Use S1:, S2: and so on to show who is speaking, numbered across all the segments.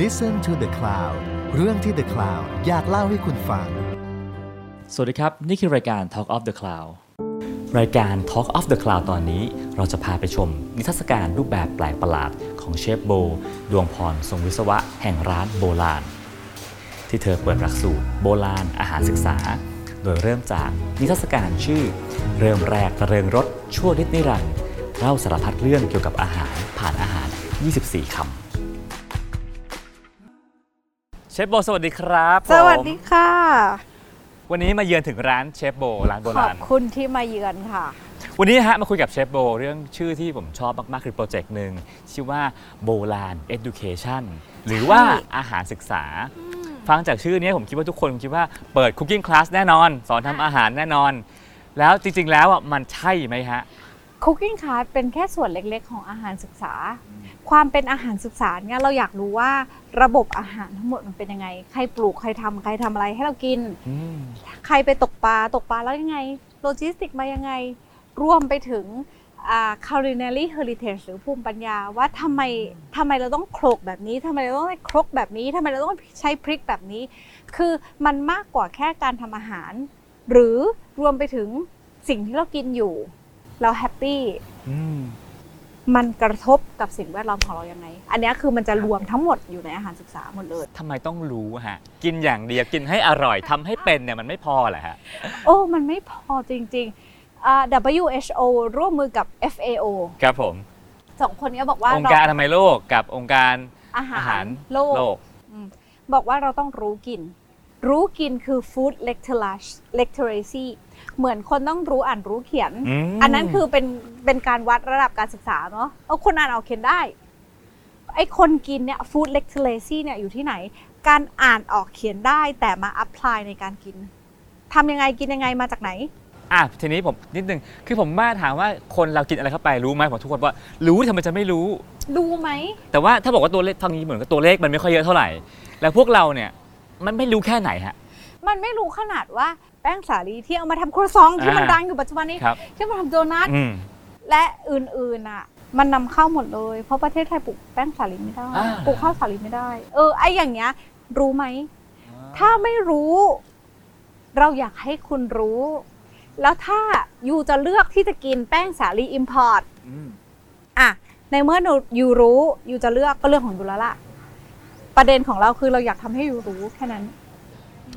S1: Listen to the Cloud เรื่องที่ The Cloud อยากเล่าให้คุณฟัง
S2: สวัสดีครับ นี่คือรายการ Talk of the Cloud รายการ Talk of the Cloud ตอนนี้ เราจะพาไปชม นิทรรศการรูปแบบแปลกประหลาดของเชฟโบ ดวงพรทรงวิศวะแห่งร้านโบราณ ที่เธอเปิดหลักสูตรโบราณอาหารศึกษา โดยเริ่มจากนิทรรศการชื่อ เริ่มแรกระเริงรสชั่วนิดนิรันดร์เล่าสารพัดเรื่องเกี่ยวกับอาหารผ่านอาหาร 24 คำเชฟโบ สวัสดีครับผม
S3: สวัสดีค่ะ
S2: วันนี้มาเยือนถึงร้านเชฟโบร้านโบ
S3: ขอ
S2: รา
S3: บ
S2: ณ
S3: คุณที่มาเยือนค่ะ
S2: วันนี้นะฮะมาคุยกับเชฟโบเรื่องชื่อที่ผมชอบมาก ๆ คือโปรเจกต์หนึ่งชื่อว่าโบราณ Education หรือว่าอาหารศึกษา ฟังจากชื่อเนี้ยผมคิดว่าทุกคนคิดว่าเปิดคุกกิ้งคลาสแน่นอน สอนทำอาหารแน่นอน แล้วจริง ๆ แล้วอ่ะมันใช่ไหมฮะ
S3: Cooking Class เป็นแค่ส่วนเล็กๆ ของอาหารศึกษา ความเป็นอาหารศึกษาเนี่ยเราอยากรู้ว่าระบบอาหารทั้งหมดมันเป็นยังไง ใครปลูกใครทำใครทำอะไรให้เรากิน
S2: อืม
S3: ใครไปตกปลาตกปลาแล้วยังไง โลจิสติกมายังไง รวมไปถึงอ่า culinary heritage หรือภูมิปัญญาว่าทำไมทำไมเราต้องโขลกแบบนี้ทำไมเราต้องครกแบบนี้ทำไมเราต้องใช้พริกแบบนี้ คือมันมากกว่าแค่การทำอาหาร หรือรวมไปถึงสิ่งที่เรากินอยู่ เราแฮปปี้
S2: อืม
S3: มันกระทบกับสิ่งแวดล้อมของเรายังไง อันเนี้ยคือมันจะรวมทั้งหมดอยู่ในอาหารศึกษาหมดเลย
S2: ทำไมต้องรู้ฮะ กินอย่างเดียวกินให้อร่อยทำให้เป็นเนี่ยมันไม่พอเหรอฮะ
S3: โอ้ มันไม่พอจริงๆอ่า WHO ร่วมมือกับ FAO
S2: ครับผม
S3: สองคนเนี้ยบอกว่า
S2: องค์
S3: เรา
S2: การอนามัยโลกกับองค์การ
S3: อา
S2: อา
S3: หา
S2: หาร ร
S3: โลก
S2: โลก
S3: อืมบอกว่าเราต้องรู้กิน รู้กินคือ food literacy- literacy เหมือนคนต้องรู้อ่านรู้เขียน
S2: ม
S3: อันนั้นคือเป็นเป็นการวัดระดับการศึกษาเนาะเอาคนอ่านออกเขียนได้ ไอ้คนกินเนี่ย food literacy เนี่ยอยู่ที่ไหน การอ่านออกเขียนได้แต่มา apply ในการกินทำยังไงกินยังไงมาจากไหน
S2: อ่ะทีนี้ผมนิดนึงคือผมมาถามว่าคนเรากินอะไรเข้าไปรู้ไหมผมทุกคนว่ารู้ทำไมจะไม่รู้
S3: รู้ไหม
S2: แต่ว่าถ้าบอกว่าตัวเลขทางนี้เหมือนกับตัวเลขมันไม่ค่อยเยอะเท่าไหร่ แล้วพวกเราเนี่ยมันไม่รู้แค่ไหนฮะ
S3: มันไม่รู้ขนาดว่าแป้งสาลีที่เอามาทำครัวซองที่มัน
S2: อ่า
S3: ดังอยู่ปัจจุบันนี้
S2: ครับ
S3: ที่มาทำโดนัท
S2: อืม
S3: และอื่นๆอ่ะ มันนำเข้าหมดเลย เพราะประเทศไทยปลูกแป้งสาลีไม่ได้
S2: า
S3: ปลูกข้าวสาลีไม่ได้ เออไออย่างเงี้ย รู้ไหม ถ้าไม่รู้ เราอยากให้คุณรู้ แล้วถ้ายูจะเลือกที่จะกินแป้งสาลีอิมพอร์ต
S2: อืม
S3: อะในเมื่อหนูยูรู้ยูจะเลือกก็เรื่องของยูแล้วล่ะ ประเด็นของเราคือเราอยากทำให้ยูรู้แค่นั้น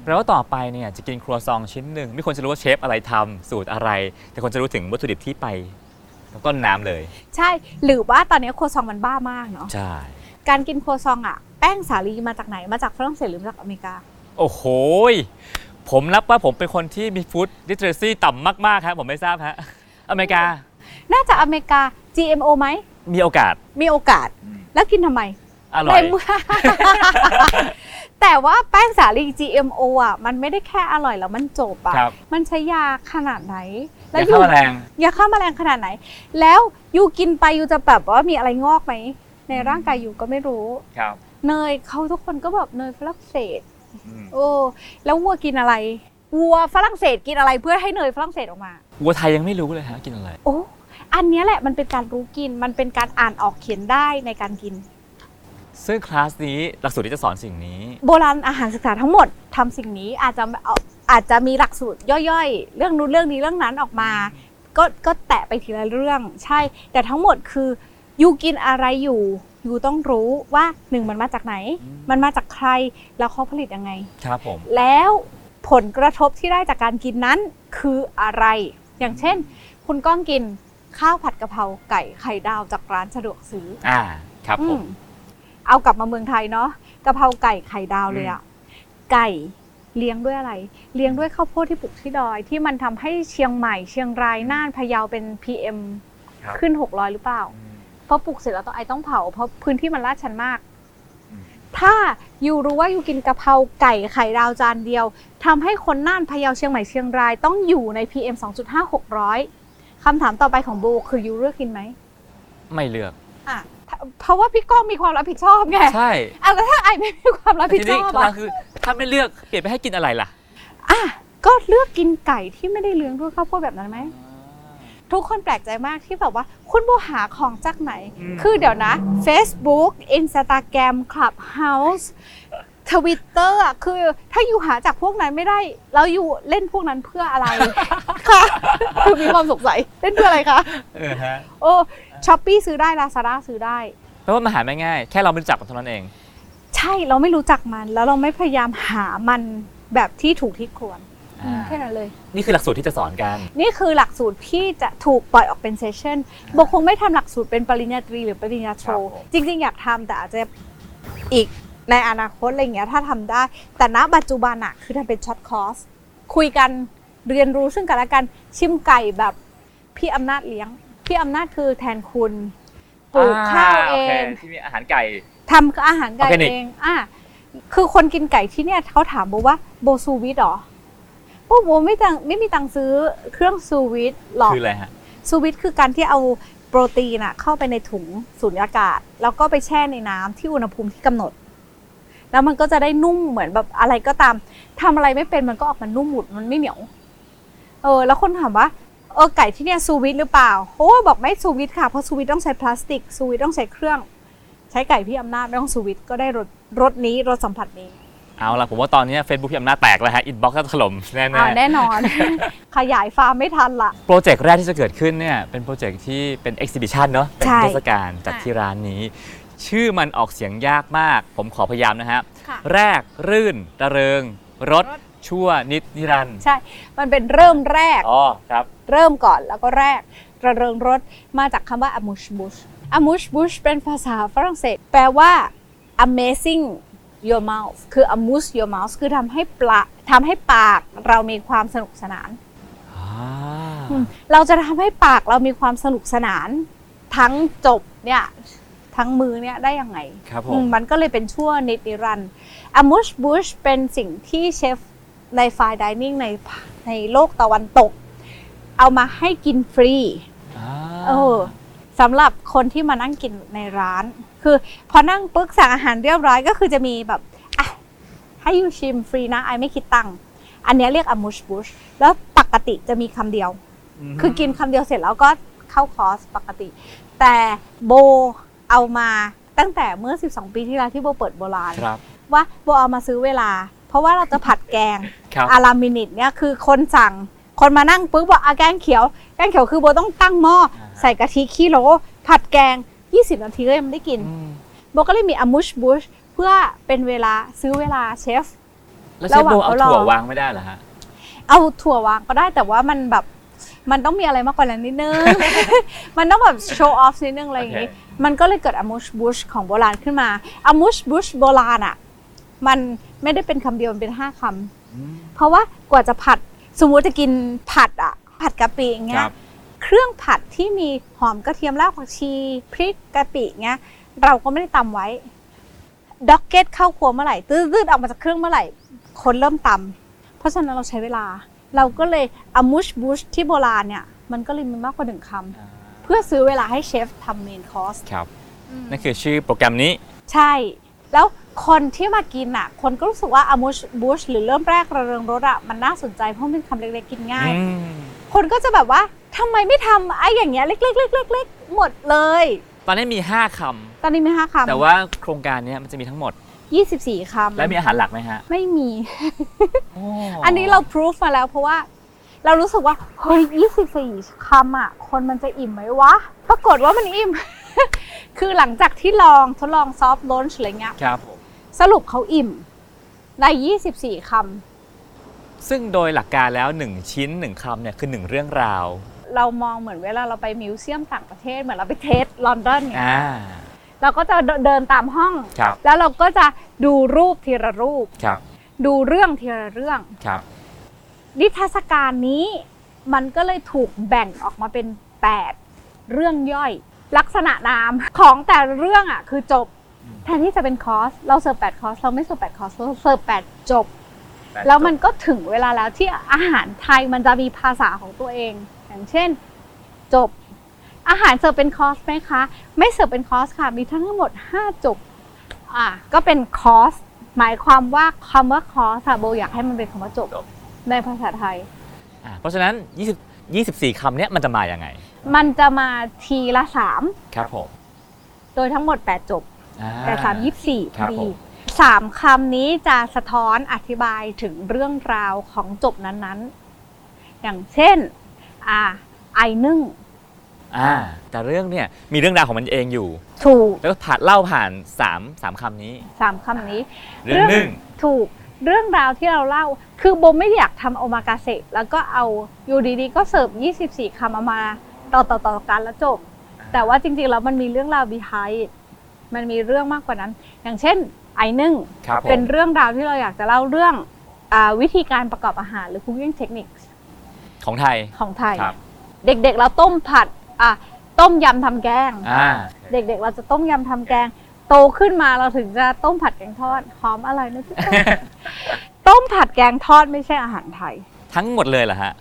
S2: แปลว่าต่อไปเนี่ยจะกินครัวซองชิ้นหนึ่งไม่ควรจะรู้ว่าเชฟอะไรทำสูตรอะไร แต่ควรจะรู้ถึงวัตถุดิบที่ไปต้นน้ำเลย
S3: ใช่ หรือว่าตอนนี้ครัวซองมันบ้ามากเนาะ
S2: ใช่
S3: การกินครัวซองอะแป้งสาลีมาจากไหนมาจากฝรั่งเศสหรือมาจากอเมริกา
S2: โอ้โหยผมรับว่าผมเป็นคนที่มีฟู้ดดิเทรซี่ต่ำมากๆครับผมไม่ทราบฮะอเมริกา
S3: น่าจะอเมริกา GMO ไหม
S2: มีโอกาส
S3: มีโอกาส แล้วกินทำไม
S2: อร่อย
S3: ใน เมื่อ แต่ว่าแป้งสาลี GMO อ่ะมันไม่ได้แค่อร่อยแล้วมันจบอ่ะ
S2: ครับ
S3: มันใช้ยาขนาดไหน
S2: อยวเข้ามาแรง
S3: ยาฆ่าแมลงขนาดไหน แล้วยูกินไปยูจะแบบว่ามีอะไรงอกไหม ในร่างกายยูก็ไม่รู้
S2: ครับ
S3: เนยเขาทุกคนก็แบบเนยฝรั่งเศส
S2: อืม
S3: โอ้ แล้ววัวกินอะไร วัวฝรั่งเศสกินอะไรเพื่อให้เนยฝรั่งเศสออกมา
S2: วัวไทยยังไม่รู้เลยฮะกินอะไร
S3: โอ้ อันเนี้ยแหละมันเป็นการรู้กิน มันเป็นการอ่านออกเขียนได้ในการกิน
S2: ซึ่งคลาสนี้หลักสูตรที่จะสอนสิ่งนี้
S3: โบราณอาหารศึกษาทั้งหมดทำสิ่งนี้อาจจะเอาอาจจะมีหลักสูตรย่อยๆ เรื่องนู้นเรื่องนี้เรื่องนั้นออกมา ก็ก็แตะไปทีละเรื่องใช่ แต่ทั้งหมดคือยูกินอะไรอยู่ยูต้องรู้ว่าหนึ่งมันมาจากไหน
S2: อืม
S3: มันมาจากใครแล้วเขาผลิตยังไง
S2: ครับผม
S3: แล้วผลกระทบที่ได้จากการกินนั้นคืออะไร อย่างเช่น คุณก้องกินข้าวผัดกะเพราไก่ไข่ดาวจากร้านสะดวกซื้อ
S2: อ่าครับผม
S3: อืมเอากลับมาเมืองไทยเนาะกะเพราไก่ไข่ดาวเลยอะไก่เลี้ยงด้วยอะไร เลี้ยงด้วยข้าวโพดที่ปลูกที่ดอย ที่มันทำให้เชียงใหม่ เชียงรายน่านพะเยาเป็น PM
S2: ครับ
S3: ขึ้น 600 หรือเปล่า เพราะปลูกเสร็จแล้วต้องไอต้องเผา เพราะพื้นที่มันลาดชันมาก
S2: อืม
S3: ถ้าอยู่รู้ว่าอยู่กินกะเพราไก่ไข่ดาวจานเดียวทำให้คนน่านพะเยาเชียงใหม่เชียงรายต้องอยู่ใน PM 2.5 600คำถามต่อไปของโบคือยูเลือกกินไหม
S2: ไม่เลือก
S3: อ่ะเพราะว่าพี่ก้องมีความรับผิดชอบไง
S2: ใช่
S3: อะแล้วถ้าไอไม่มีความรับผิด
S2: ที
S3: ช
S2: นี้
S3: อบ
S2: คลา
S3: อะ
S2: สคือถ้าไม่เลือกเปลี่ยนไปให้กินอะไรล่ะ
S3: อ่ะก็เลือกกินไก่ที่ไม่ได้เลี้ยงด้วยข้าวโพดแบบนั้นไหม ทุกคนแปลกใจมากที่แบบว่า คุณโบหาของจากไหน
S2: อืม
S3: คือเดี๋ยวนะ Facebook Instagram Clubhouse Twitter อ่ะคือถ้าอยู่หาจากพวกนั้นไม่ได้ แล้วอยู่เล่นพวกนั้นเพื่อ อะไร คะคือมีความสงสัยเล่นเพื่ออะไรคะ
S2: เออฮะ
S3: โอ้ช้อปปี้ซื้อได้ลาซาด้าซื้อได้
S2: แปลว่ามันหาไม่ง่าย แค่เราไม่รู้จักมันเท่านั้นเอง
S3: ใช่เราไม่รู้จักมัน แล้วเราไม่พยายามหามันแบบที่ถูกที่ควรอืมแค่นั้นเลย
S2: นี่คือหลักสูตรที่จะสอนกัน
S3: นี่คือหลักสูตรที่จะถูกปล่อยออกเป็นเซสชั่นโบคงไม่ทำหลักสูตรเป็นปริญญาตรีหรือปริญญาโท
S2: ครับผม
S3: จริง ๆ อยากทำแต่อาจจะอีกในอนาคตอะไรอย่างเงี้ยถ้าทำได้ แต่ณปัจจุบันอะคือทำเป็นช็อตคอร์สคุยกันเรียนรู้ซึ่งกันและกันชิมไก่แบบพี่อำนาจเลี้ยง พี่อำนาจคือแทนคุณปลูกข้าวเอง
S2: ที่มีอาหารไก่
S3: ทำอาหารไก่
S2: ออร์แกนิก
S3: เอง อ่ะ คือคนกินไก่ที่เนี่ยเขาถามโบว่าโบซูวิทหรอโบโบไม่ตังไม่มีตังค์ซื้อเครื่องซูวิทหรอก
S2: คืออะไรฮะ
S3: ซูวิทคือการที่เอาโปรตีนอะเข้าไปในถุงสูญญากาศ แล้วก็ไปแช่ในน้ำที่อุณหภูมิที่กำหนด แล้วมันก็จะได้นุ่มเหมือนแบบอะไรก็ตามทำอะไรไม่เป็นมันก็ออกมานุ่มหมุดมันไม่เหนียวเออ แล้วคนถามว่าเออไก่ที่เนี่ยซูวิทหรือเปล่าโอ้บอกไม่ซูวิทค่ะเพราะซูวิทต้องใช้พลาสติกซูวิทต้องใช้เครื่อง ใช้ไก่พี่อำนาจไม่ต้องซูวิทก็ได้รสรสนี้รสสัมผัสนี้
S2: เอาล่ะ ผมว่าตอนนี้ Facebook พี่อำนาจแตกแล้วฮะ อินบ็อกซ์ก็ถล่มแน่
S3: อ่า
S2: ๆ
S3: แน่นอน ขยายฟาร์มไม่ทันละ
S2: โปรเจกต์แรกที่จะเกิดขึ้นเนี่ยเป็นโปรเจกต์ที่เป็น exhibition เนอะเป็น
S3: ใช่
S2: เทรรศกาลจัดที่ร้านนี้ ชื่อมันออกเสียงยากมาก ผมขอพยายามนะฮะ
S3: ค่ะ
S2: แรกรื่นระเริง รถ ชั่วนิดนิรันดร์
S3: ใช่ มันเป็นเริ่มแรก
S2: อ๋อครับ
S3: เริ่มก่อนแล้วก็แรกระเริงรถมาจากคำว่า amuse bouche amuse bouche เป็นภาษาฝรั่งเศส แปลว่า amazing your mouth คือ amuse your mouth คือทำให้ปลาทำให้ปากเรามีความสนุกสนานอืมเราจะทำให้ปากเรามีความสนุกสนาน ทั้งจบเนี่ย ทั้งมือเนี่ยได้ยังไง
S2: ครับผม
S3: อืมันก็เลยเป็นชั่วนิดนิรันดร์ amuse bouche เป็นสิ่งที่เชฟในฟายดิเนิ่งในในโลกตะวันตก เอามาให้กินฟรี
S2: อ่า
S3: เออสำหรับคนที่มานั่งกินในร้าน คือพอนั่งปึ๊กสั่งอาหารเรียบร้อยก็คือจะมีแบบอ่ะให้ยูชิมฟรีนะไอไม่คิดตังค์อันเนี้ยเรียกอมูชบูชแล้วปกติจะมีคำเดียว
S2: ม
S3: คือกินคำเดียวเสร็จแล้วก็เข้าคอร์สปกติ แต่โบเอามาตั้งแต่เมื่อ 12 ปีที่แล้วที่โบเปิดโบราณ
S2: ครับ
S3: ว่าโบเอามาซื้อเวลา เพราะว่าเราจะผัดแกง
S2: ครับ
S3: อารามินิตเนี่ยคือคนสั่งคนมานั่งปึ๊บบอกอาแกงเขียว แกงเขียวคือโบต้องตั้งหม้อ
S2: อ่าฮะ
S3: ใส่กะทิขี้โหลผัดแกง 20 นาทีก็ยังไม่ได้กิน
S2: อืม
S3: โบก็เลยมีอามูชบูชเพื่อเป็นเวลาซื้อเวลาเชฟ
S2: แล้วเชฟโบเอา
S3: ระหว่างเขารอ
S2: ถั่ววางไม่ได้เหรอฮะ
S3: เอาถั่ววางก็ได้แต่ว่ามันแบบมันต้องมีอะไรมากกว่านั้นนิด นึง มันต้องแบบโชว์ออฟนิดนึงอะไรอย่างนี้
S2: โอเค
S3: มันก็เลยเกิดอามูชบูชของโบราณขึ้นมาอามูชบูชโบราณอ่ะมันไม่ได้เป็นคำเดียวมันเป็นห้าคำ
S2: อืม
S3: เพราะว่ากว่าจะผัดสมมติจะกินผัดอะผัดกะปิอย่างเงี้
S2: ค
S3: ย
S2: รับ
S3: เครื่องผัดที่มีหอมกระเทียมรากผักชีพริกกะปิเงี้ยเราก็ไม่ได้ตำไว้ด็อกเก็ตเข้าครัวเมื่อไหร่ตื้อๆออกมาจากเครื่องเมื่อไหร่ คนเริ่มตำเพราะฉะนั้นเราใช้เวลา เราก็เลยอามูชบูชที่โบราณเนี่ย มันก็เลยมีมากกว่าหนึ่งค
S2: อ่า
S3: ำเพื่อซื้อเวลาให้เชฟทำเมนคอร์ส
S2: ครับ นั่นคือชื่อโปรแกรมนี้
S3: ใช่ แล้วคนที่มากินอ่ะ คนก็รู้สึกว่าอามูชบูชหรือเริ่มแรกระเริงรสอ่ะ มันน่าสนใจเพราะมันเป็นคำเล็กๆกินง่าย
S2: อืม
S3: คนก็จะแบบว่าทำไมไม่ทำไอ้อย่างเงี้ยเล็กๆๆๆๆหมดเลย
S2: ตอนนี้มี 5คำ
S3: ตอนนี้มีห้าคำ
S2: แต่ว่าโครงการเนี้ยมันจะมีทั้งหมด
S3: ยี่สิบสี่คำ
S2: และมีอาหารหลักไหมฮะ
S3: ไม่มี อันนี้เราพิสูจมาแล้วเพราะว่า เรารู้สึกว่าเฮ้ยยี่สิบสี่คำอ่ะ คนมันจะอิ่มไหมวะ ปรากฏว่ามันอิ่ม คือหลังจากที่ลองทดลองซอฟต์ลอนช์อะไรเงี้ย
S2: ครับ
S3: สรุปเขาอิ่มใน24คำ
S2: ซึ่งโดยหลักการแล้ว 1 ชิ้น 1คำเนี่ยคือ 1 เรื่องราว
S3: เรามองเหมือนเวลาเราไปมิวเซียมต่างประเทศ เหมือนเราไปเทสลอนดอนเนี่ย
S2: อ่า
S3: เราก็จะเดินตามห้อง
S2: ครับ
S3: แล้วเราก็จะดูรูปทีละรูป
S2: ครับ
S3: ดูเรื่องทีละเรื่อง
S2: ครับ
S3: นิทรรศการนี้มันก็เลยถูกแบ่งออกมาเป็น 8 เรื่องย่อย ลักษณะนามของแต่ละเรื่องอ่ะคือจบ แทนที่จะเป็นคอร์ส เราเสิร์ฟ8คอร์ส เราไม่เสิร์ฟ8คอร์สเราเสิร์ฟ8จบ แล้วมันก็ถึงเวลาแล้วที่อาหารไทยมันจะมีภาษาของตัวเอง อย่างเช่น จบ อาหารเสิร์ฟเป็นคอร์สไหมคะ ไม่เสิร์ฟเป็นคอร์สค่ะ มีทั้งหมด 5 จบ อ่ะก็เป็นคอร์ส หมายความว่าคำว่าคอร์สอะโบอยากให้มันเป็นคำว่าจบ ในภาษาไทย
S2: อ่าเพราะฉะนั้น 20 24คำเนี้ยมันจะมาอย่างไง
S3: มันจะมาทีละสาม
S2: ครับผม
S3: โดยทั้งหมดแปดจบ
S2: อ่า
S3: แต่สามยี่สี่
S2: ครับ
S3: ดี
S2: ผม
S3: สามคำนี้จะสะท้อนอธิบายถึงเรื่องราวของจบนั้นๆ อย่างเช่นอ่าไอนึ่ง
S2: อ่าแต่เรื่องเนี่ยมีเรื่องราวของมันเองอยู่
S3: ถูก
S2: แล้วก็ผ่านเล่าผ่าน3 3คำนี้
S3: สามคำนี้
S2: เรื่องหนึ่ง
S3: ถูกเรื่องราวที่เราเล่า คือโบไม่อยากทำโอมากาเสะแล้วก็เอาอยู่ดีๆ ก็เสิร์ฟ 24คำเอามาต่อต่อต่อกันแล้วจบ แต่ว่าจริงๆแล้วมันมีเรื่องราว behind มันมีเรื่องมากกว่านั้น อย่างเช่นไอนึ่ง
S2: ครับผม
S3: เป็นเรื่องราวที่เราอยากจะเล่าเรื่องอาวิธีการประกอบอาหารหรือ cooking techniques
S2: ของไทย
S3: ของไทย
S2: ครับ
S3: เด็กๆเราต้มผัดอ่ะต้มยำทำแกง
S2: อ่า
S3: เด็กๆเราจะต้มยำทำแกง โตขึ้นมาเราถึงจะต้มผัดแกงทอดหอมอร่อยนะทุก คน ต้มผัดแกงทอดไม่ใช่อาหารไทย
S2: ทั้งหมดเลยเหรอฮะ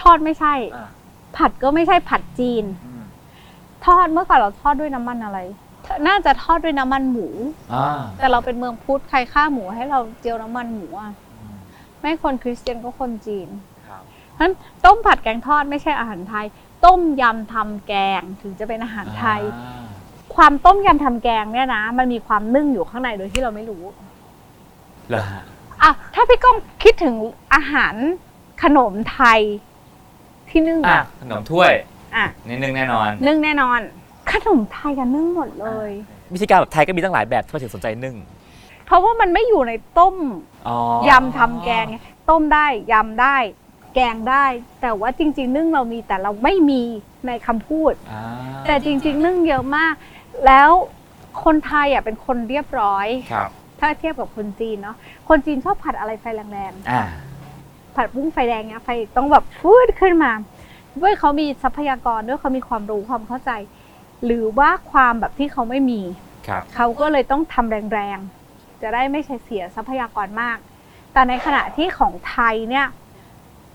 S3: ทอดไม่ใช่
S2: อ่า
S3: ผัดก็ไม่ใช่ผัดจีน ทอดเมื่อก่อนเราทอดด้วยน้ำมันอะไร น่าจะทอดด้วยน้ำมันหมู
S2: อ่า
S3: แต่เราเป็นเมืองพุทธใครฆ่าหมูให้เราเจียวน้ำมันหมูอ่ะไม่คนคริสเตียนก็คนจีน เพราะฉะนั้นต้มผัดแกงทอดไม่ใช่อาหารไทย ต้มยำทำแกงถึงจะเป็นอาหารไทย
S2: อ่า
S3: ความต้มยำทำแกงเนี่ยนะ มันมีความนึ่งอยู่ข้างในโดยที่เราไม่รู้
S2: เหรอฮะ
S3: อ่ะถ้าพี่ก้องคิดถึงอาหารขนมไทยที่นึ่ง
S2: อ่ะ
S3: อ่ะ
S2: ขนมถ้วย
S3: อ่ะ
S2: นิดนึงแน่นอน
S3: นึ่งแน่นอน ขนมไทยกันนึ่งหมดเลย
S2: วิธีการแบบไทยก็มีตั้งหลายแบบทำไมถึงสนใจนึ่ง
S3: เพราะว่ามันไม่อยู่ในต้ม
S2: อ๋อย
S3: ำทำแกงไงต้มได้ยำได้ แกงได้ แต่ว่าจริง ๆ นึ่งเรามีแต่เราไม่มีในคำพูด
S2: อ่า
S3: แต่จริงๆนึ่งเยอะมาก แล้วคนไทยอ่ะเป็นคนเรียบร้อย
S2: ครับ
S3: ถ้าเทียบกับคนจีนเนาะคนจีนชอบผัดอะไรไฟแรง
S2: อ่า
S3: ๆผัดบุ้งไฟแดงเนี้ยไฟต้องแบบฟืดขึ้นมา ด้วยเขามีทรัพยากรด้วยเขามีความรู้ความเข้าใจ หรือว่าความแบบที่เขาไม่มี
S2: ครับ
S3: เขาก็เลยต้องทำแรงๆ จะได้ไม่ใช้เสียทรัพยากรมาก แต่ในขณะที่ของไทยเนี่ย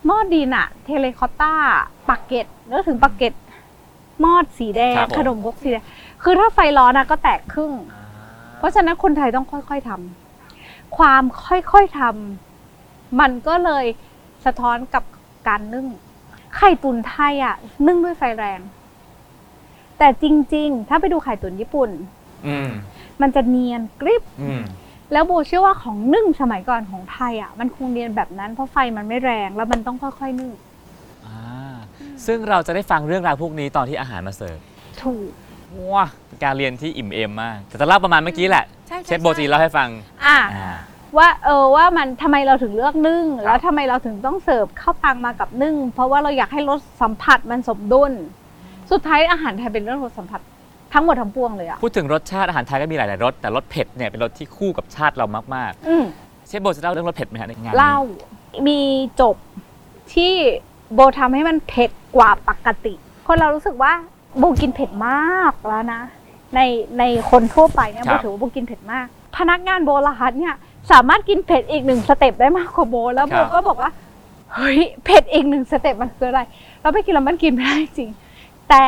S3: หม้อดินอะเทเลคอตตาปักเก็ตนึกถึงปักเก็ตหม้อสีแดง ขนมครกสีแดงคือถ้าไฟร้อนอะก็แตกครึ่ง เพราะฉะนั้นคนไทยต้องค่อยๆทำความค่อยๆทำมันก็เลยสะท้อนกับการนึ่ง ไข่ตุนไทยอะนึ่งด้วยไฟแรง แต่จริงๆ ถ้าไปดูไข่ตุนญี่ปุ่น
S2: อืม
S3: มันจะเนียนกริบ
S2: อืม
S3: แล้วโบเชื่อว่าของนึ่งสมัยก่อนของไทยอ่ะมันคงเนียนแบบนั้นเพราะไฟมันไม่แรงแล้วมันต้องค่อยๆนึ่ง
S2: อ่าซึ่งเราจะได้ฟังเรื่องราวพวกนี้ตอนที่อาหารมาเสิร์ฟ
S3: ถูก
S2: ว้าเป็นการเรียนที่อิ่มเอมมาก แต่จะเล่าประมาณเมื่อกี้แหละ เชฟโบจีเล่าให้ฟัง
S3: อ่ะ
S2: อ่า
S3: ว่าเออว่ามันทำไมเราถึงเลือกนึ่ง
S2: ครับ
S3: แล้วทำไมเราถึงต้องเสิร์ฟข้าวปังมากับนึ่ง เพราะว่าเราอยากให้รสสัมผัสมันสมดุล สุดท้ายอาหารไทยเป็นเรื่องรสสัมผัสทั้งหมดทั้งปวงเลยอ่ะ
S2: พูดถึงรสชาติอาหารไทยก็มีหลายๆรสแต่รสเผ็ดเนี่ยเป็นรสที่คู่กับชาติเรามาก
S3: อืม
S2: ๆเชฟโบจะเล่าเรื่องรสเผ็ดไหมฮะในงานนี้
S3: เหล้ามีจบที่โบทำให้มันเผ็ดกว่าปกติ คนเรารู้สึกว่าโบกินเผ็ดมากแล้วนะ ในในคนทั่วไปเนี่ยโบถือว่าโบกินเผ็ดมาก พนักงานโบราณเนี่ยสามารถกินเผ็ดอีกหนึ่งสเต็ปได้มากกว่าโบแล้วโบก็บอกว่าเฮ้ยเผ็ดอีกหนึ่งสเต็ปมันคืออะไร เราไม่กินแล้วมันกินไม่ได้จริง แต่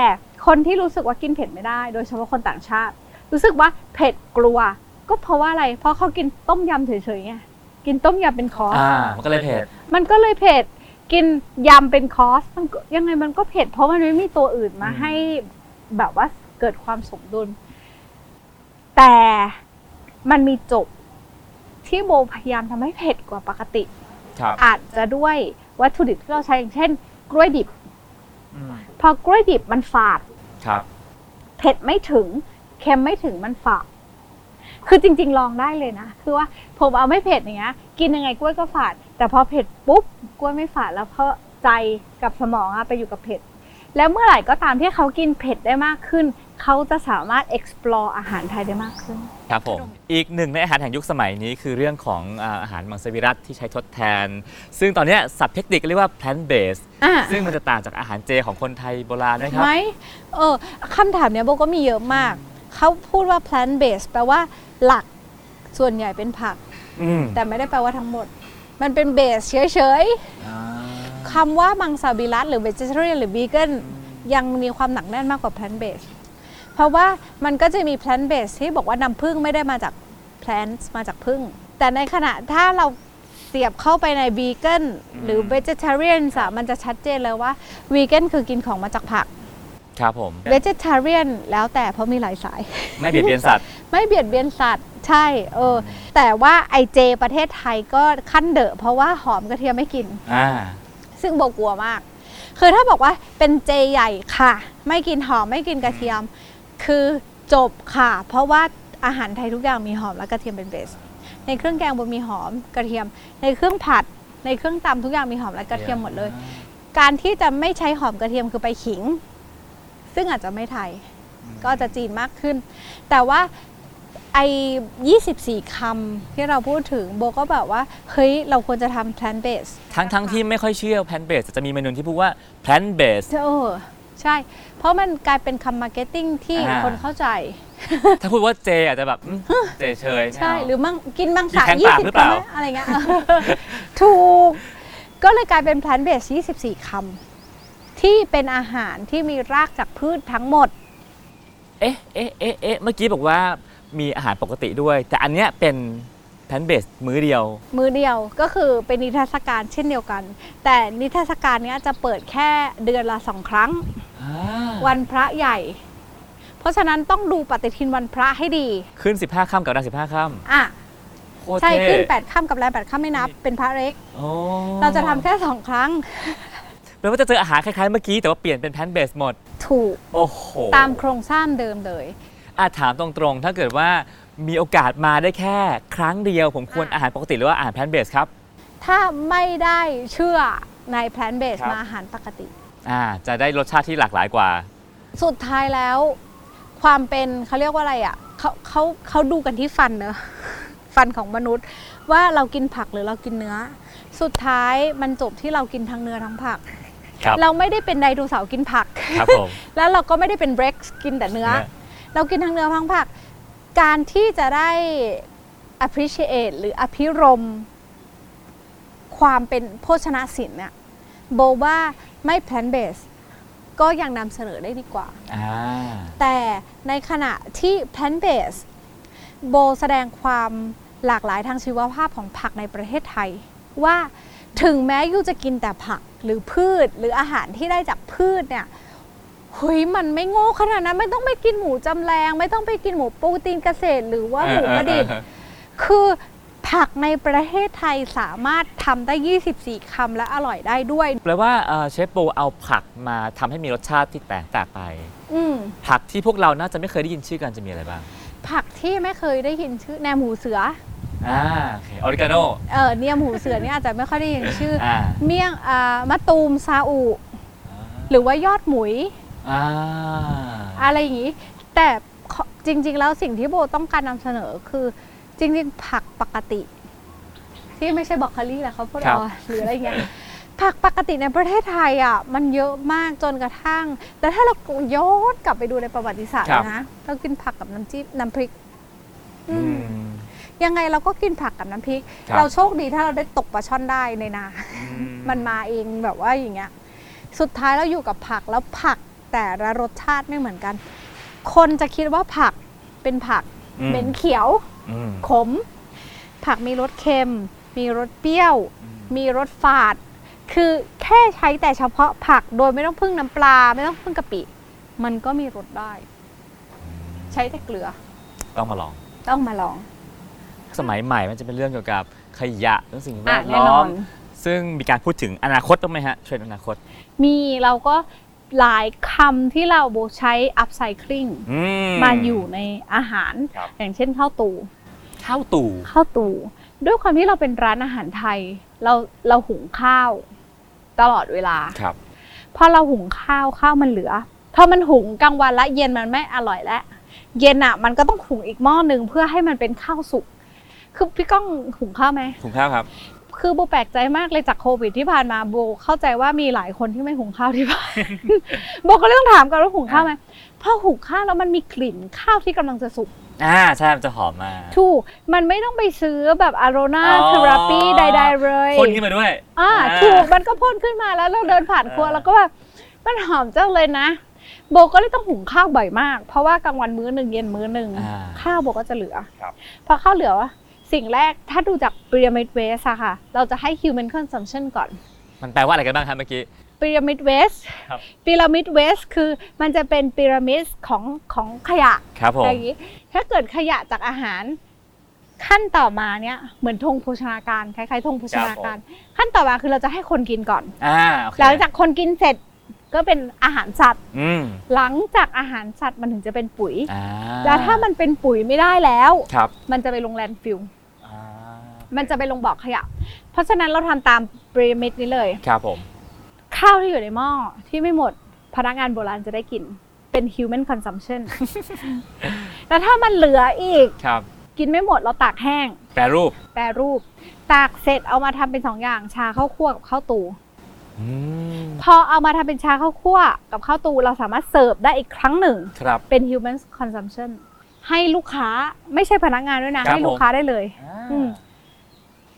S3: คนที่รู้สึกว่ากินเผ็ดไม่ได้ โดยเฉพาะคนต่างชาติ รู้สึกว่าเผ็ดกลัว ก็เพราะว่าอะไร เพราะเขากินต้มยำเฉยๆไงกินต้มยำเป็นคอร์ส
S2: อ่ามันก็เลยเผ็ด
S3: มันก็เลยเผ็ด กินยำเป็นคอร์สมันก็ยังไงมันก็เผ็ด เพราะมันไม่มีตัวอื่นมา
S2: อืม
S3: ให้แบบว่าเกิดความสมดุล แต่มันมีจบที่โบพยายามทำให้เผ็ดกว่าปกติ
S2: ครับ
S3: อาจจะด้วยวัตถุดิบที่เราใช้อย่างเช่น กล้วยดิบ
S2: อืม
S3: พอกล้วยดิบมันฝาด
S2: ครับ
S3: เผ็ดไม่ถึง เค็มไม่ถึงมันฝาด คือจริง ๆ ลองได้เลยนะ คือว่าผมเอาไม่เผ็ดอย่างเงี้ย กินยังไงกล้วยก็ฝาด แต่พอเผ็ดปุ๊บกล้วยไม่ฝาดแล้วเพราะใจกับสมองอะไปอยู่กับเผ็ด แล้วเมื่อไหร่ก็ตามที่เขากินเผ็ดได้มากขึ้น เขาจะสามารถ explore อาหารไทยได้มากขึ้น
S2: ครับผมอีกหนึ่งในอาหารแห่งยุคสมัยนี้คือเรื่องของอ่าอาหารมังสวิรัติที่ใช้ทดแทน ซึ่งตอนเนี้ยศัพท์เทคนิคเรียกว่า plant based
S3: อ่ะ
S2: ซึ่งมันจะต่างจากอาหารเจของคนไทยโบราณนะครับ
S3: ไหมเออคำถามเนี้ยโบก็มีเยอะมาก เขาพูดว่า plant based แปลว่าหลักส่วนใหญ่เป็นผัก
S2: อืม
S3: แต่ไม่ได้แปลว่าทั้งหมด มันเป็นเบสเฉยๆ
S2: อ่า
S3: คำว่ามังสวิรัตหรือ vegetarian หรือ vegan ยังมีความหนักแน่นมากกว่า plant based เพราะว่ามันก็จะมี plant based ที่บอกว่าน้ำผึ้งไม่ได้มาจาก plants มาจากผึ้งแต่ในขณะถ้าเรา เสียบเข้าไปในวีเกนหรือเวจ e เ a เรียนสะมันจะชัดเจนเลยว่าวีเกนคือกินของมาจากผัก
S2: ครับผม
S3: เวจ e เ a เรียนแล้วแต่เพราะมีหลายสาย
S2: ไม่เบียดเบียนสัตว์
S3: ไม่เบียดเบียนสัตว์ใช่เออแต่ว่าไอเจ ประเทศไทยก็ขั้นเดอะเพราะว่าหอมกระเทียมไม่กิน
S2: อ่า
S3: ซึ่งโบกลัวมาก คือถ้าบอกว่าเป็นเจใหญ่ค่ะ ไม่กินหอมไม่กินกระเทียม คือจบค่ะ เพราะว่าอาหารไทยทุกอย่างมีหอมและกระเทียมเป็นเบส ในเครื่องแกงบนมีหอมกระเทียม ในเครื่องผัด ในเครื่องตำทุกอย่างมีหอมและกระเทียมหมดเลย การที่จะไม่ใช้หอมกระเทียมคือไปขิง ซึ่งอาจจะไม่ไทย ก็จะจีนมากขึ้น แต่ว่าไอ้24 คำที่เราพูดถึงโบก็แบบว่า เฮ้ย เราควรจะทำ plant based
S2: ทั้งทั้งที่ไม่ค่อยเชื่อแพนเบสจะมีเมนูที่พูดว่า แพนเบส
S3: เออใช่ เพราะมันกลายเป็นคำมาร์เก็ตติ้งที่
S2: อ่า
S3: คนเข้าใจ
S2: ถ้าพูดว่าเจอาจจะแบบอืมเจเฉยไม่เา
S3: ใช่ หรือมังกินมังสา
S2: มีแพน
S3: ยี่
S2: ปาก
S3: สิบ
S2: หรือเปล่า
S3: คำอะไรเงี้ย เออถูก ก็เลยกลายเป็น plant based 24 คำ ที่เป็นอาหารที่มีรากจากพืชทั้งหมด
S2: เอ๊ะเอ๊ะเอ๊ะเอ๊ะเมื่อกี้บอกว่ามีอาหารปกติด้วย แต่อันเนี้ยเป็นแพนเบสมื้อเดียว
S3: มือเดียวก็คือเป็นนิทรรศการเช่นเดียวกัน แต่นิทรรศการเนี้ยจะเปิดแค่เดือนละสองค รั้ง วันพระใหญ่ เพราะฉะนั้นต้องดูปฏิทินวันพระให้ดี
S2: ขึ้น 15ค่ำกับดัง15ค่
S3: อ่ะ
S2: ำโคตร
S3: ใช่
S2: เท่
S3: ขึ้น8ปดค่ำกับแรมแปดค่ำไม่นับ เป็นพระเล็ก
S2: โอ้
S3: เราจะทำแค่สองครั้ง
S2: แปลว่าจะเจออาหารคล้ายๆเมื่อกี้ แต่ว่าเปลี่ยนเป็นแพนเบสหมด
S3: ถูก
S2: โอ้โห
S3: ตามโครงสร้างเดิมเลย
S2: อาถามตรงๆ ถ้าเกิดว่ามีโอกาสมาได้แค่ครั้งเดียว ผมควร
S3: อ่ะ
S2: อาหารปกติหรือว่าอาหารแพนเบสครับ
S3: ถ้าไม่ได้เชื่อในแพลนเบส
S2: ครับ
S3: มาอาหารปกติ
S2: อ่า จะได้รสชาติที่หลากหลายกว่า
S3: สุดท้ายแล้ว ความเป็นเขาเรียกว่าอะไรอ่ะเขาเขาเขาดูกันที่ฟันเนอะ ฟันของมนุษย์ ว่าเรากินผักหรือเรากินเนื้อ สุดท้ายมันจบที่เรากินทั้งเนื้อทั้งผัก
S2: ครับ
S3: เราไม่ได้เป็นไดโนเสาร์กินผัก
S2: ครับผม
S3: แล้วเราก็ไม่ได้เป็นเบรกกินแต่เนื้อ
S2: เนี่ย
S3: เรากินทั้งเนื้อทั้งผัก การที่จะได้ appreciate หรืออภิรมย์ความเป็นโภชนะศิลป์เนี่ยโบว่าไม่ plant based ก็ยังนำเสนอได้ดีกว่า
S2: อ่า
S3: แต่ในขณะที่ plant based โบแสดงความหลากหลายทางชีวภาพของผักในประเทศไทย ว่าถึงแม้ยูจะกินแต่ผักหรือพืชหรืออาหารที่ได้จากพืชเนี่ยเฮ้ยมันไม่โง่ขนาดนั้น ไม่ต้องไปกินหมูจำแรง ไม่ต้องไปกินหมูโปรตีนเกษตร หรือว่าหมูประดิษฐ์คือผักในประเทศไทยสามารถทำได้ 24คำและอร่อยได้ด้วย
S2: แปลว่าเอ่อเชฟโบเอาผักมาทำให้มีรสชาติที่แตกต่างไป
S3: อืม
S2: ผักที่พวกเราน่าจะไม่เคยได้ยินชื่อกันจะมีอะไรบ้าง
S3: ผักที่ไม่เคยได้ยินชื่อแหนมหูเสือ
S2: อ่าโอเคออริกาโน
S3: เออเนี่ยหมูเสือเนี่ยอาจจะไม่ค่อยได้ยินชื่อ
S2: อ่า
S3: เมี่ยงอ่ามะตูมซาอุ หรือว่ายอดหมุย
S2: อ่า
S3: อะไรอย่างนี้ แต่ขอจริง ๆ แล้วสิ่งที่โบต้องการนำเสนอคือจริง ๆ ผักปกติ ที่ไม่ใช่บรอกโคลีแหละเขาพูด
S2: ครับ
S3: อ่อนหรืออะไรอย่างเงี้ยผักปกติในประเทศไทยอ่ะมันเยอะมากจนกระทั่ง แต่ถ้าเราย้อนกลับไปดูในประวัติศาสตร์นะเรากินผักกับน้ำจิ้มน้ำพริก
S2: อืม
S3: ยังไงเราก็กินผักกับน้ำพริก
S2: ครับ
S3: เราโชคดีถ้าเราได้ตกปลาช่อนได้ในนา
S2: อื
S3: มันมาเองแบบว่าอย่างเงี้ย สุดท้ายเราอยู่กับผักแล้วผักแต่ละรสชาติไม่เหมือนกัน คนจะคิดว่าผักเป็นผัก
S2: อืม
S3: เหม็นเขียว
S2: อืม
S3: ขม ผักมีรสเค็ม มีรสเปรี้ยว
S2: อืม
S3: มีรสฝาด คือแค่ใช้แต่เฉพาะผักโดยไม่ต้องพึ่งน้ำปลา ไม่ต้องพึ่งกะปิ มันก็มีรสได้ ใช้แต่เกลือ
S2: ต้องมาลอง
S3: ต้องมาลอง
S2: สมัยใหม่มันจะเป็นเรื่องเกี่ยวกับขยะเรื่องสิ่งแว
S3: อ่ะ
S2: ด
S3: แน่
S2: ล้อ
S3: นอ
S2: ม
S3: น
S2: ซึ่งมีการพูดถึงอนาคตต้องไหมฮะ เทรนด์อนาคต
S3: มีเราก็หลายคำที่เราใช้ upcycling
S2: อื
S3: มาอยู่ในอาหาร
S2: ครับ
S3: อย่างเช่นข้าวตู
S2: ข้าวตู่
S3: ข้าวตูด้วยความที่เราเป็นร้านอาหารไทย เราเราหุงข้าว ตลอดเวลา
S2: ครับ
S3: พอเราหุงข้าวข้าวมันเหลือพอมันหุงกลางวันและเย็นมันไม่อร่อยแล้วเย็นอ่ะ มันก็ต้องหุงอีกหม้อหนึ่งเพื่อให้มันเป็นข้าวสุกคือพี่ก้องหุงข้าวไหม
S2: ถุงข้าวครับ
S3: คือโบแปลกใจมากเลยจากโควิดที่ผ่านมาโบเข้าใจว่ามีหลายคนที่ไม่หุงข้าวที่ บ้าน โบก็เลยต้องถามกันว่าหุงข้าวไหมพอหุงข้าวแล้วมันมีกลิ่นข้าวที่กำลังจะสุก
S2: อ่า ใช่ มันจะหอมมา
S3: ถูก มันไม่ต้องไปซื้อแบบอาร o นา
S2: อ๋อ
S3: เทราปีใดๆเลย
S2: พ่นขึ้นมาด้วย
S3: อ่า
S2: อ่า
S3: ถูก มันก็พ่นขึ้นมาแล้วเราเดินผ่านครัว
S2: อ่า
S3: แล้วก็แบบมันหอมจังเลยนะ โบก็เลยต้องหุงข้าวบ่อยมาก เพราะว่ากลางวันมื้อหนึ่งเย็นมื้อหนึ่ง
S2: อ่า
S3: ข้าวโบก็จะเหลือ
S2: ครับ
S3: พอข้าวเหลือวะ สิ่งแรกถ้าดูจาก pyramid waste อะค่ะ เราจะให้ human consumption ก่อน
S2: มันแปลว่าอะไรกันบ้างครับเมื่อกี้
S3: pyramid waste
S2: ครับ
S3: pyramid waste คือมันจะเป็น pyramid ของของขยะ
S2: ครับผ
S3: อะไร
S2: ม
S3: อย่างนี้ถ้าเกิดขยะจากอาหาร ขั้นต่อมาเนี่ยเหมือนธงโภชนาการคล้ายๆธงโภชนาการ ขั้นต่อมาคือเราจะให้คนกินก่อน
S2: อ่าโอเค
S3: หลังจากคนกินเสร็จก็เป็นอาหารสัตว์
S2: อืม
S3: หลังจากอาหารสัตว์มันถึงจะเป็นปุ๋ย
S2: อ่า
S3: แล้วถ้ามันเป็นปุ๋ยไม่ได้แล้ว
S2: ครับ
S3: มันจะไปลงแลนด์ฟิล
S2: อ่า
S3: มันจะไปลงบ่อขยะ เพราะฉะนั้นเราทำตามปริมิดนี้เลย
S2: ครับผม
S3: ข้าวที่อยู่ในหม้อที่ไม่หมดพนักงานโบราณจะได้กินเป็น human consumption แล้วถ้ามันเหลืออีก
S2: ครับ
S3: กินไม่หมดเราตากแห้ง
S2: แปรรูป
S3: แปรรูป ตากเสร็จเอามาทำเป็นสองอย่างชาข้าวคั่วกับข้าวตู
S2: อืม
S3: พอเอามาทำเป็นชาข้าวคั่วกับข้าวตูเราสามารถเสิร์ฟได้อีกครั้งหนึ่ง
S2: ครับ
S3: เป็น human consumption ให้ลูกค้าไม่ใช่พนักงานด้วยนะ
S2: ครับ
S3: ให้ลูกค้าได้เลย
S2: อ่า
S3: อืม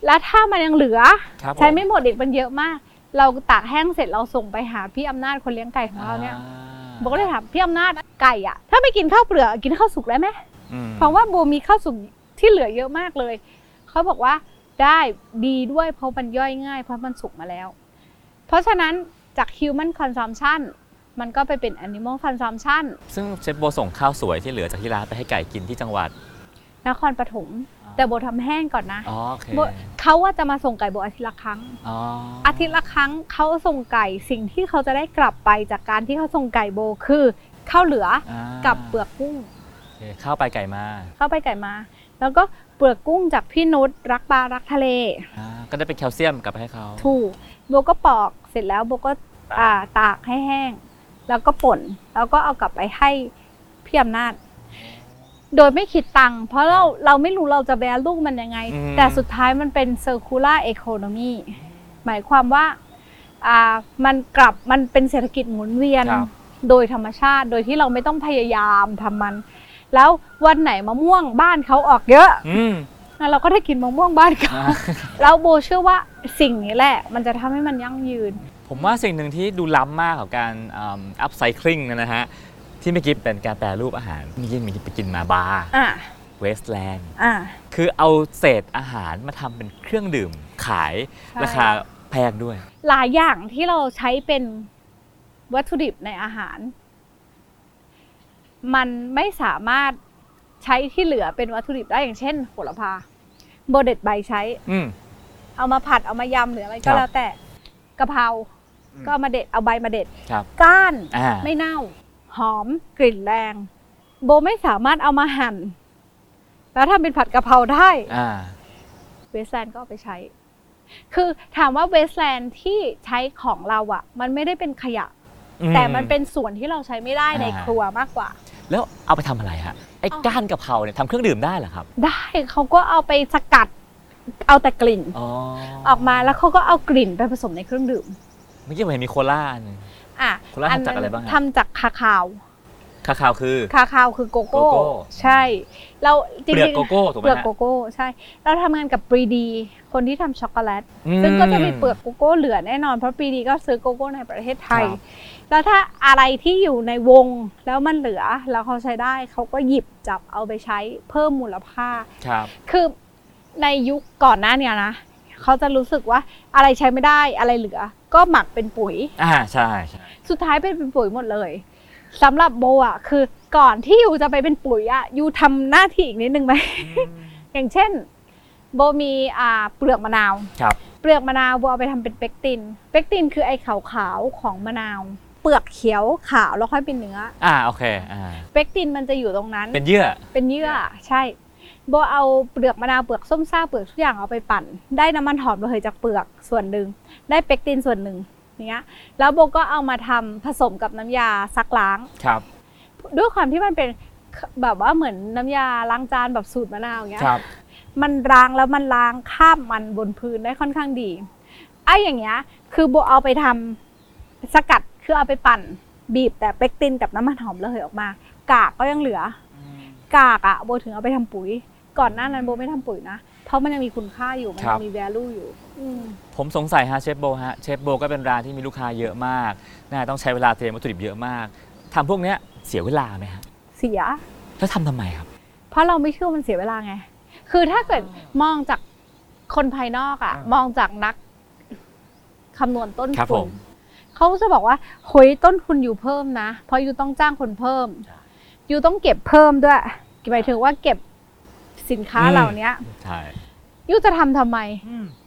S3: แล้วถ้ามันยังเหลือ
S2: ครับผ
S3: ใช้ไม่หมดอีกมันเยอะมาก เราตากแห้งเสร็จเราส่งไปหาพี่อำนาจคนเลี้ยงไก่ของเราเนี่ย
S2: อ่
S3: โบก็เลยถามพี่อำนาจไก่อะถ้าไม่กินข้าวเปลือกกินข้าวสุกได้ไหม
S2: อืม
S3: เพราะว่าโบมีข้าวสุกที่เหลือเยอะมากเลย เขาบอกว่าได้ดีด้วยเพราะมันย่อยง่าย เพราะมันสุกมาแล้ว เพราะฉะนั้นจาก human consumption มันก็ไปเป็น animal consumption
S2: ซึ่งเชฟโบส่งข้าวสวยที่เหลือจากที่ร้านไปให้ไก่กินที่จังหวัด
S3: นครปฐมแต่โบทำแห้งก่อนนะ
S2: อ๋อโอเค
S3: โบเขาว่าจะมาส่งไก่โบอาทิตย์ละครั้ง
S2: อ๋ออ
S3: อาทิตย์ละครั้งเขาส่งไก่สิ่งที่เขาจะได้กลับไปจากการที่เขาส่งไก่โบคือข้าวเหลือ
S2: อ่า
S3: กับเปลือกกุ้ง
S2: โอเคข้าวไปไก่มา
S3: เข้าไปไก่มา แล้วก็เปลือกกุ้งจากพี่นุชรักปลารักทะเล
S2: อ่าก็ได้เป็นแคลเซียมกลับไปให้เขา
S3: ถูกโบก็ปอกเสร็จแล้วโบก็อ่าตากให้แห้ง แล้วก็ป่น แล้วก็เอากลับไปให้พี่อำนาจ โดยไม่คิดตังค์เพราะเราเราไม่รู้เราจะแวลูมันยังไง แต่สุดท้ายมันเป็น circular economy หมายความว่าอ่ามันกลับมันเป็นเศรษฐกิจหมุนเวียน
S2: ครับ
S3: โดยธรรมชาติโดยที่เราไม่ต้องพยายามทำมัน แล้ววันไหนมะม่วงบ้านเขาออกเยอะ
S2: อืม
S3: เราก็ได้กินมะม่วงบ้านเขา
S2: อ่า
S3: แล้วโบเชื่อว่าสิ่งนี้แหละ มันจะทำให้มันยั่งยืน
S2: ผมว่าสิ่งหนึ่งที่ดูล้ำมากของการอัพไซคลิงนะฮะ ที่เมื่อกี้เป็นการแปรรูปอาหารเมื่อกี้มีไปกินมาบาร์
S3: อ่ะ
S2: เวสแลนด์
S3: อ่ะ
S2: คือเอาเศษอาหารมาทำเป็นเครื่องดื่มขาย
S3: ใช่
S2: ราคาแพงด้วย
S3: หลายอย่างที่เราใช้เป็นวัตถุดิบในอาหาร มันไม่สามารถใช้ที่เหลือเป็นวัตถุดิบได้อย่างเช่นโหระพาโบเด็ดใบใช้
S2: อืม
S3: เอามาผัดเอามายำหรืออะไร
S2: ครั
S3: ก็
S2: บ
S3: แล้วแต่กะเพรา
S2: อืม
S3: ก็เอามาเด็ดเอาใบมาเด็ด
S2: ครับ
S3: ก้าน
S2: อ่า
S3: ไม่เน่า หอมกลิ่นแรง โบไม่สามารถเอามาหั่น แล้วทำเป็นผัดกะเพราได้
S2: อ่า
S3: เวสแลนด์ก็เอาไปใช้ คือถามว่าเวสแลนด์ที่ใช้ของเราอะมันไม่ได้เป็นขยะ
S2: อื
S3: แต่มันเป็นส่วนที่เราใช้ไม่ได้ใน
S2: อ่า
S3: ครัวมากกว่า
S2: แล้วเอาไปทำอะไรฮะไอ้
S3: เอา
S2: ก้านกะเพราเนี่ยทำเครื่องดื่มได้เหรอครับ
S3: ได้เขาก็เอาไปสกัด เอาแต่กลิ่น
S2: อ๋อ
S3: ออกมาแล้วเขาก็เอากลิ่นไปผสมในเครื่องดื่ม
S2: เมื่อกี้ผมเห็นมีโคล่าอันหนึ่ง
S3: อ่ะ
S2: คุณล่าทำจากอะไรบ้างฮะ
S3: ทำจากคาคาว
S2: คาคาวคือ
S3: คาคาวคือโกโก้
S2: โกโก้
S3: ใช่ เราจริง
S2: เปลือกโกโก้ถูก
S3: ๆ
S2: ไหม
S3: เปลือก
S2: ฮะ
S3: โกโก้ใช่ เราทำงานกับปรีดี คนที่ทำช็อกโกแลต
S2: อื
S3: ซึ่งก็จะมีเปลือกโกโก้เหลือแน่นอน เพราะปีนี้ก็ซื้อโกโก้ในประเทศไทย แล้วถ้าอะไรที่อยู่ในวงแล้วมันเหลือแล้วเขาใช้ได้เขาก็หยิบจับเอาไปใช้เพิ่มมูลค่า
S2: ครับ
S3: คือในยุคก่อนหน้าเนี่ยนะเขาจะรู้สึกว่าอะไรใช้ไม่ได้อะไรเหลือ ก็หมักเป็นปุ๋ย
S2: อ่าใช่ใช่
S3: สุดท้ายเป็นเป็นปุ๋ยหมดเลยสำหรับโบอ่ะคือก่อนที่ยูจะไปเป็นปุ๋ยอ่ะยูทำหน้าที่อีกนิดนึงไหม อย่างเช่น โบมีอ่าเปลือกมะนาว
S2: ครับ
S3: เปลือกมะนาวโบเอาไปทำเป็นเปกติน เปกตินคือไอ้ขาวๆของมะนาว เปลือกเขียวขาวแล้วค่อยเป็นเนื้อ
S2: อ่าโอเคอ่า
S3: เปกตินมันจะอยู่ตรงนั้น
S2: เป็นเยื่อ
S3: เป็นเยื่อใช่ โบเอาเปลือกมะนาวเปลือกส้มซ่าเปลือกทุกอย่างเอาไปปั่น ได้น้ำมันหอมระเหยจากเปลือกส่วนหนึ่ง ได้เปกตินส่วนหนึ่งอย่างเนี้ย แล้วโบก็เอามาทำผสมกับน้ำยาซักล้าง
S2: ครับ
S3: ด้วยความที่มันเป็นแบบว่าเหมือนน้ำยาล้างจานแบบสูตรมะนาวอย่างเงี้ย
S2: ครับ
S3: มันล้างแล้วมันล้างคราบมันบนพื้นได้ค่อนข้างดีไอ้อย่างเงี้ย คือโบเอาไปทำสกัดคือเอาไปปั่น บีบแต่เปกตินกับน้ำมันหอมระเหยออกมา กากก็ยังเหลือ กากอะโบถึงเอาไปทำปุ๋ย ก่อนหน้านั้นโบไม่ทำปุ๋ยนะ เพราะมันยังมีคุณค่าอยู่มันยังมี value อยู่อืม
S2: ผมสงสัยฮะเชฟโบฮะเชฟโบก็เป็นร้านที่มีลูกค้าเยอะมากน่าต้องใช้เวลาเตรียมวัตถุดิบเยอะมากทำพวกเนี้ยเสียเวลาไหมฮะ
S3: เสีย
S2: แล้วทำทำไมครับ
S3: เพราะเราไม่เชื่อมันเสียเวลาไง คือถ้าเกิดมองจากคนภายนอกอะ
S2: อ่าม ม
S3: องจากนักคำนวณต้น
S2: ครับ
S3: ทุ
S2: ผ
S3: น
S2: ม
S3: เขาจะบอกว่าเฮ้ยต้นทุนอยู่เพิ่มนะ เพราะอยู่ต้องจ้างคนเพิ่ม
S2: ใช่
S3: อยู่ต้องเก็บเพิ่มด้วยหมายถึงว่าเก็บสินค้าเหล่านี้
S2: ใช่
S3: ยูจะทำทำไม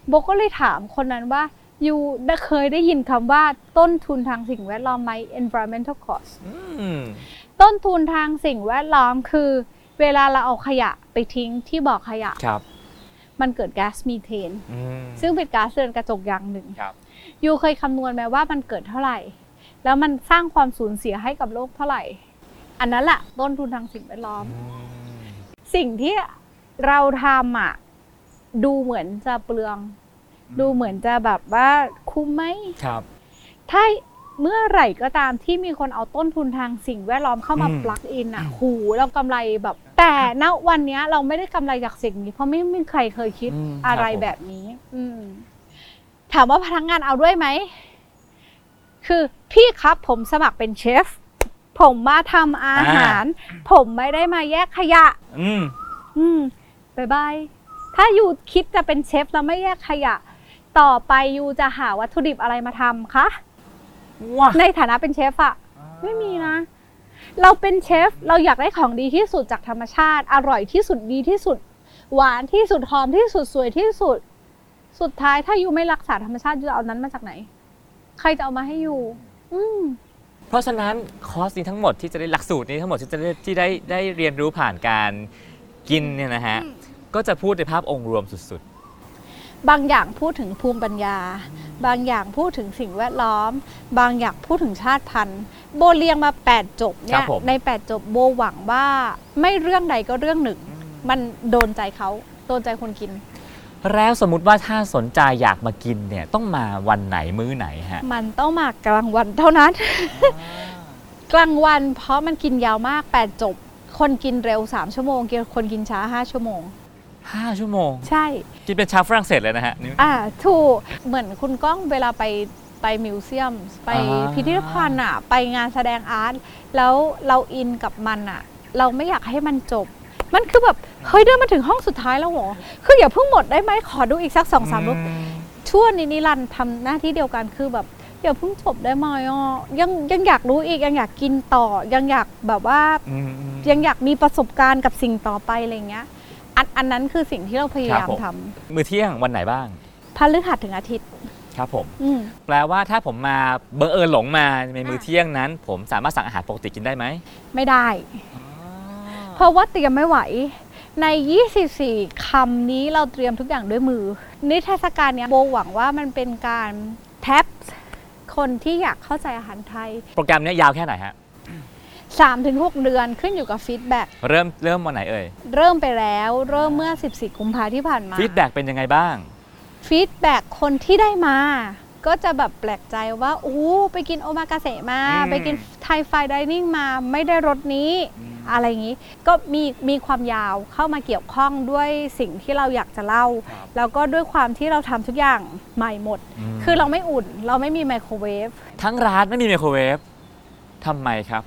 S3: โบก็เลยถามคนนั้นว่ายูได้เคยได้ยินคำว่าต้นทุนทางสิ่งแวดล้อมไหม environmental cost ต้นทุนทางสิ่งแวดล้อมคือ เวลาเราเอาขยะไปทิ้งที่บ่อขยะ
S2: ครับ
S3: มันเกิดก๊าซมีเทน
S2: อืม
S3: ซึ่งเป็นก๊าซเรือนกระจกอย่างหนึ่ง
S2: ครับ
S3: ยูเคยคำนวณไหมว่ามันเกิดเท่าไหร่ แล้วมันสร้างความสูญเสียให้กับโลกเท่าไหร่ อันนั้นแหละต้นทุนทางสิ่งแวดล้อม สิ่งที่เราทำอ่ะดูเหมือนจะเปลือง ดูเหมือนจะแบบว่าคุ้มไหม
S2: ครับ
S3: ถ้าเมื่อไหร่ก็ตามที่มีคนเอาต้นทุนทางสิ่งแวดล้อมเข้ามา
S2: อืม
S3: ปลักอินอ่ะหูเรากำไรแบบ แต่ณวันเนี้ยเราไม่ได้กำไรจากสิ่งนี้ เพราะไม่มีใครเคยคิด
S2: ม
S3: อะไร
S2: คผม
S3: แบบนี้ อืม ถามว่าพนักงานเอาด้วยไหม คือพี่ครับผมสมัครเป็นเชฟ ผมมาทำอาหาร ผมไม่ได้มาแยกขยะ
S2: อืม
S3: อืมบายบาย ถ้าอยู่คิดจะเป็นเชฟแล้วไม่แยกขยะ ต่อไปยูจะหาวัตถุดิบอะไรมาทำคะ
S2: ว้า
S3: ในฐานะเป็นเชฟอะไม่มีนะ เราเป็นเชฟเราอยากได้ของดีที่สุดจากธรรมชาติ อร่อยที่สุดดีที่สุด หวานที่สุดหอมที่สุดสวยที่สุด สุดท้ายถ้ายูไม่รักษาธรรมชาติยูจะเอานั้นมาจากไหน ใครจะเอามาให้ยูอืม
S2: เพราะฉะนั้นคอร์สนี้ทั้งหมดที่จะได้หลักสูตรนี้ทั้งหมดที่จะได้ที่ได้ได้เรียนรู้ผ่านการกินเนี่ยนะฮะ ก็จะพูดในภาพองค์รวมสุด
S3: บางอย่างพูดถึงภูมิปัญญา บางอย่างพูดถึงสิ่งแวดล้อม บางอย่างพูดถึงชาติพันธุ์ โบเรียงมา 8 จบเนี่
S2: ครั
S3: ย
S2: บผม
S3: ใน 8 จบโบหวังว่าไม่เรื่องใดก็เรื่องหนึ่ง มันโดนใจเขาโดนใจคนกิน
S2: ๆ แล้วสมมติว่าถ้าสนใจอยากมากินเนี่ยต้องมาวันไหนมื้อไหนฮะ
S3: มันต้องมากลางวันเท่า นั้น กลางวันเพราะมันกินยาวมาก 8 จบ คนกินเร็ว 3 ชั่วโมงคนกินช้า 5 ชั่วโมง
S2: 5 ชั่วโมง
S3: ใช่
S2: กินเป็นชาวฝรั่งเศสเลยนะฮะนี่
S3: อ่าถูกเหมือนคุณก้องเวลาไปไปมิวเซียม ไป
S2: อ่า
S3: พิพิธภัณฑ์อะไปงานแสดงอาร์ตแล้วเราอินกับมันอะเราไม่อยากให้มันจบ มันคือแบบ เฮ้ยเดินมาถึงห้องสุดท้ายแล้วเหรอคืออย่าเพิ่งหมดได้ไหมขอดูอีกสักสองสามรูปชั่วนิรันดร์ทำหน้าที่เดียวกันคือแบบอย่าเพิ่งจบได้ไหมอ่ะยังยังอยากรู้อีกยังอยากกินต่อ ยังอยากแบบว่า
S2: อืมอืม
S3: ยังอยากมีประสบการณ์กับสิ่งต่อไปอะไรอย่างเงี้ยอันอันนั้นคือสิ่งที่เราพยายาม
S2: ครับผม
S3: ทำ
S2: มื้อเที่ยงวันไหนบ้าง
S3: พฤหัสถึงอาทิตย์
S2: ครับผม
S3: อืม
S2: แปลว่าถ้าผมมาเบอร์เออหลงมาในมื้อ
S3: ค่ะ
S2: เที่ยงนั้น ผมสามารถสั่งอาหารปกติกินได้ไหม
S3: ไม่ได้ เพราะว่าเตรียมไม่ไหว ใน 24 คำนี้เราเตรียมทุกอย่างด้วยมือ นิทรรศการเนี้ยโบหวังว่ามันเป็นการแท็บคนที่อยากเข้าใจอาหารไทย
S2: โปรแกรมเนี้ยยาวแค่ไหนฮะ
S3: 3-6 เดือนขึ้นอยู่กับฟีดแบ็ก
S2: เริ่มเริ่มวันไหนเอ่ย
S3: เริ่มไปแล้ว เริ่มเมื่อ 14 กุมภาที่ผ่านมา
S2: ฟีดแบ็กเป็นยังไงบ้าง
S3: ฟีดแบ็กคนที่ได้มา ก็จะแบบแปลกใจว่าโอ้ไปกินโอมากาเสะมา
S2: อืม
S3: ไปกินไทยไฟดิเนิ่งมาไม่ได้รสนี้ อะไรอย่างนี้ ก็มีมีความยาวเข้ามาเกี่ยวข้องด้วยสิ่งที่เราอยากจะเล่า
S2: ครับ
S3: แล้วก็ด้วยความที่เราทำทุกอย่างใหม่หมด
S2: ม
S3: คือเราไม่อุ่น เราไม่มีไมโครเวฟ
S2: ทั้งร้านไม่มีไมโครเวฟทำไมครับ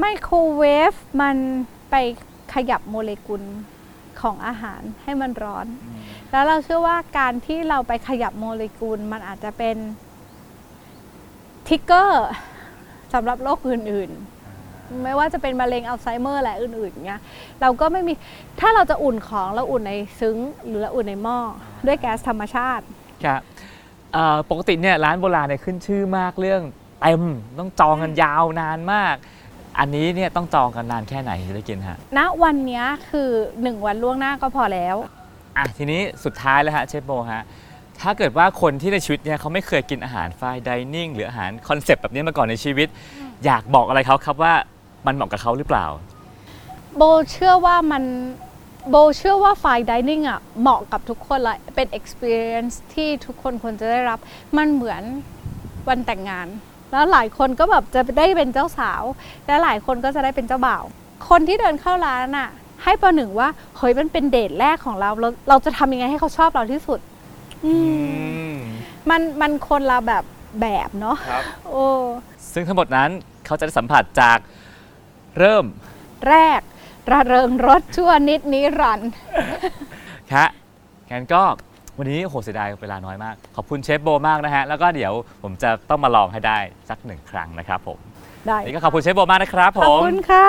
S3: ไมโครเวฟมันไปขยับโมเลกุลของอาหารให้มันร้อน แล้วเราเชื่อว่าการที่เราไปขยับโมเลกุลมันอาจจะเป็นทิกเกอร์สำหรับโรคอื่นๆ ไม่ว่าจะเป็นมะเร็งอัลไซเมอร์และอื่นๆเงี้ยเราก็ไม่มีถ้าเราจะอุ่นของเราอุ่นในซึ้งหรือเราอุ่นในหม้อด้วยแก๊สธรรมชาติ
S2: ครับเอ่อปกติเนี่ยร้านโบราณเนี่ยขึ้นชื่อมากเรื่องเต็มต้องจองกันยาวนานมาก อันนี้เนี่ยต้องจองกันนานแค่ไหนถึงจะได้กินฮะ
S3: ณวันเนี้ยคือ 1 วันล่วงหน้าก็พอแล้ว
S2: อ่ะทีนี้สุดท้ายแล้วฮะเชฟโบฮะ ถ้าเกิดว่าคนที่ในชีวิตเนี่ยเขาไม่เคยกินอาหารฟายดิเนิ่งหรืออาหารคอนเซปต์แบบนี้มาก่อนในชีวิต อยากบอกอะไรเขาครับว่ามันเหมาะกับเขาหรือเปล่า
S3: โบเชื่อว่ามันโบเชื่อว่าไฟดิเนิ่งอ่ะเหมาะกับทุกคนละเป็น experience ที่ทุกคนควรจะได้รับ มันเหมือนวันแต่งงาน แล้วหลายคนก็แบบจะได้เป็นเจ้าสาว และหลายคนก็จะได้เป็นเจ้าบ่าว คนที่เดินเข้าร้านอ่ะ ให้ประหนึ่งว่าเฮ้ยมันเป็นเดทแรกของเราเรา เราจะทำยังไงให้เขาชอบเราที่สุด อืมมันมันคนละแบบแบบเนาะ
S2: ครับ
S3: โอ้
S2: ซึ่งทั้งหมดนั้นเขาจะได้สัมผัสจากเริ่ม
S3: แรก ระเริงรสชั่วนิดนิรันดร์
S2: ครับงั้นก็วันนี้โอ้โหเสียดายเวลาน้อยมาก ขอบคุณเชฟโบมากนะฮะ แล้วก็เดี๋ยวผมจะต้องมาลองให้ได้สักหนึ่งครั้งนะครับผม
S3: ได้
S2: นี่ก็ขอบคุณเชฟโบมากนะครับผ
S3: ขอบ
S2: ม
S3: คุณค่ะ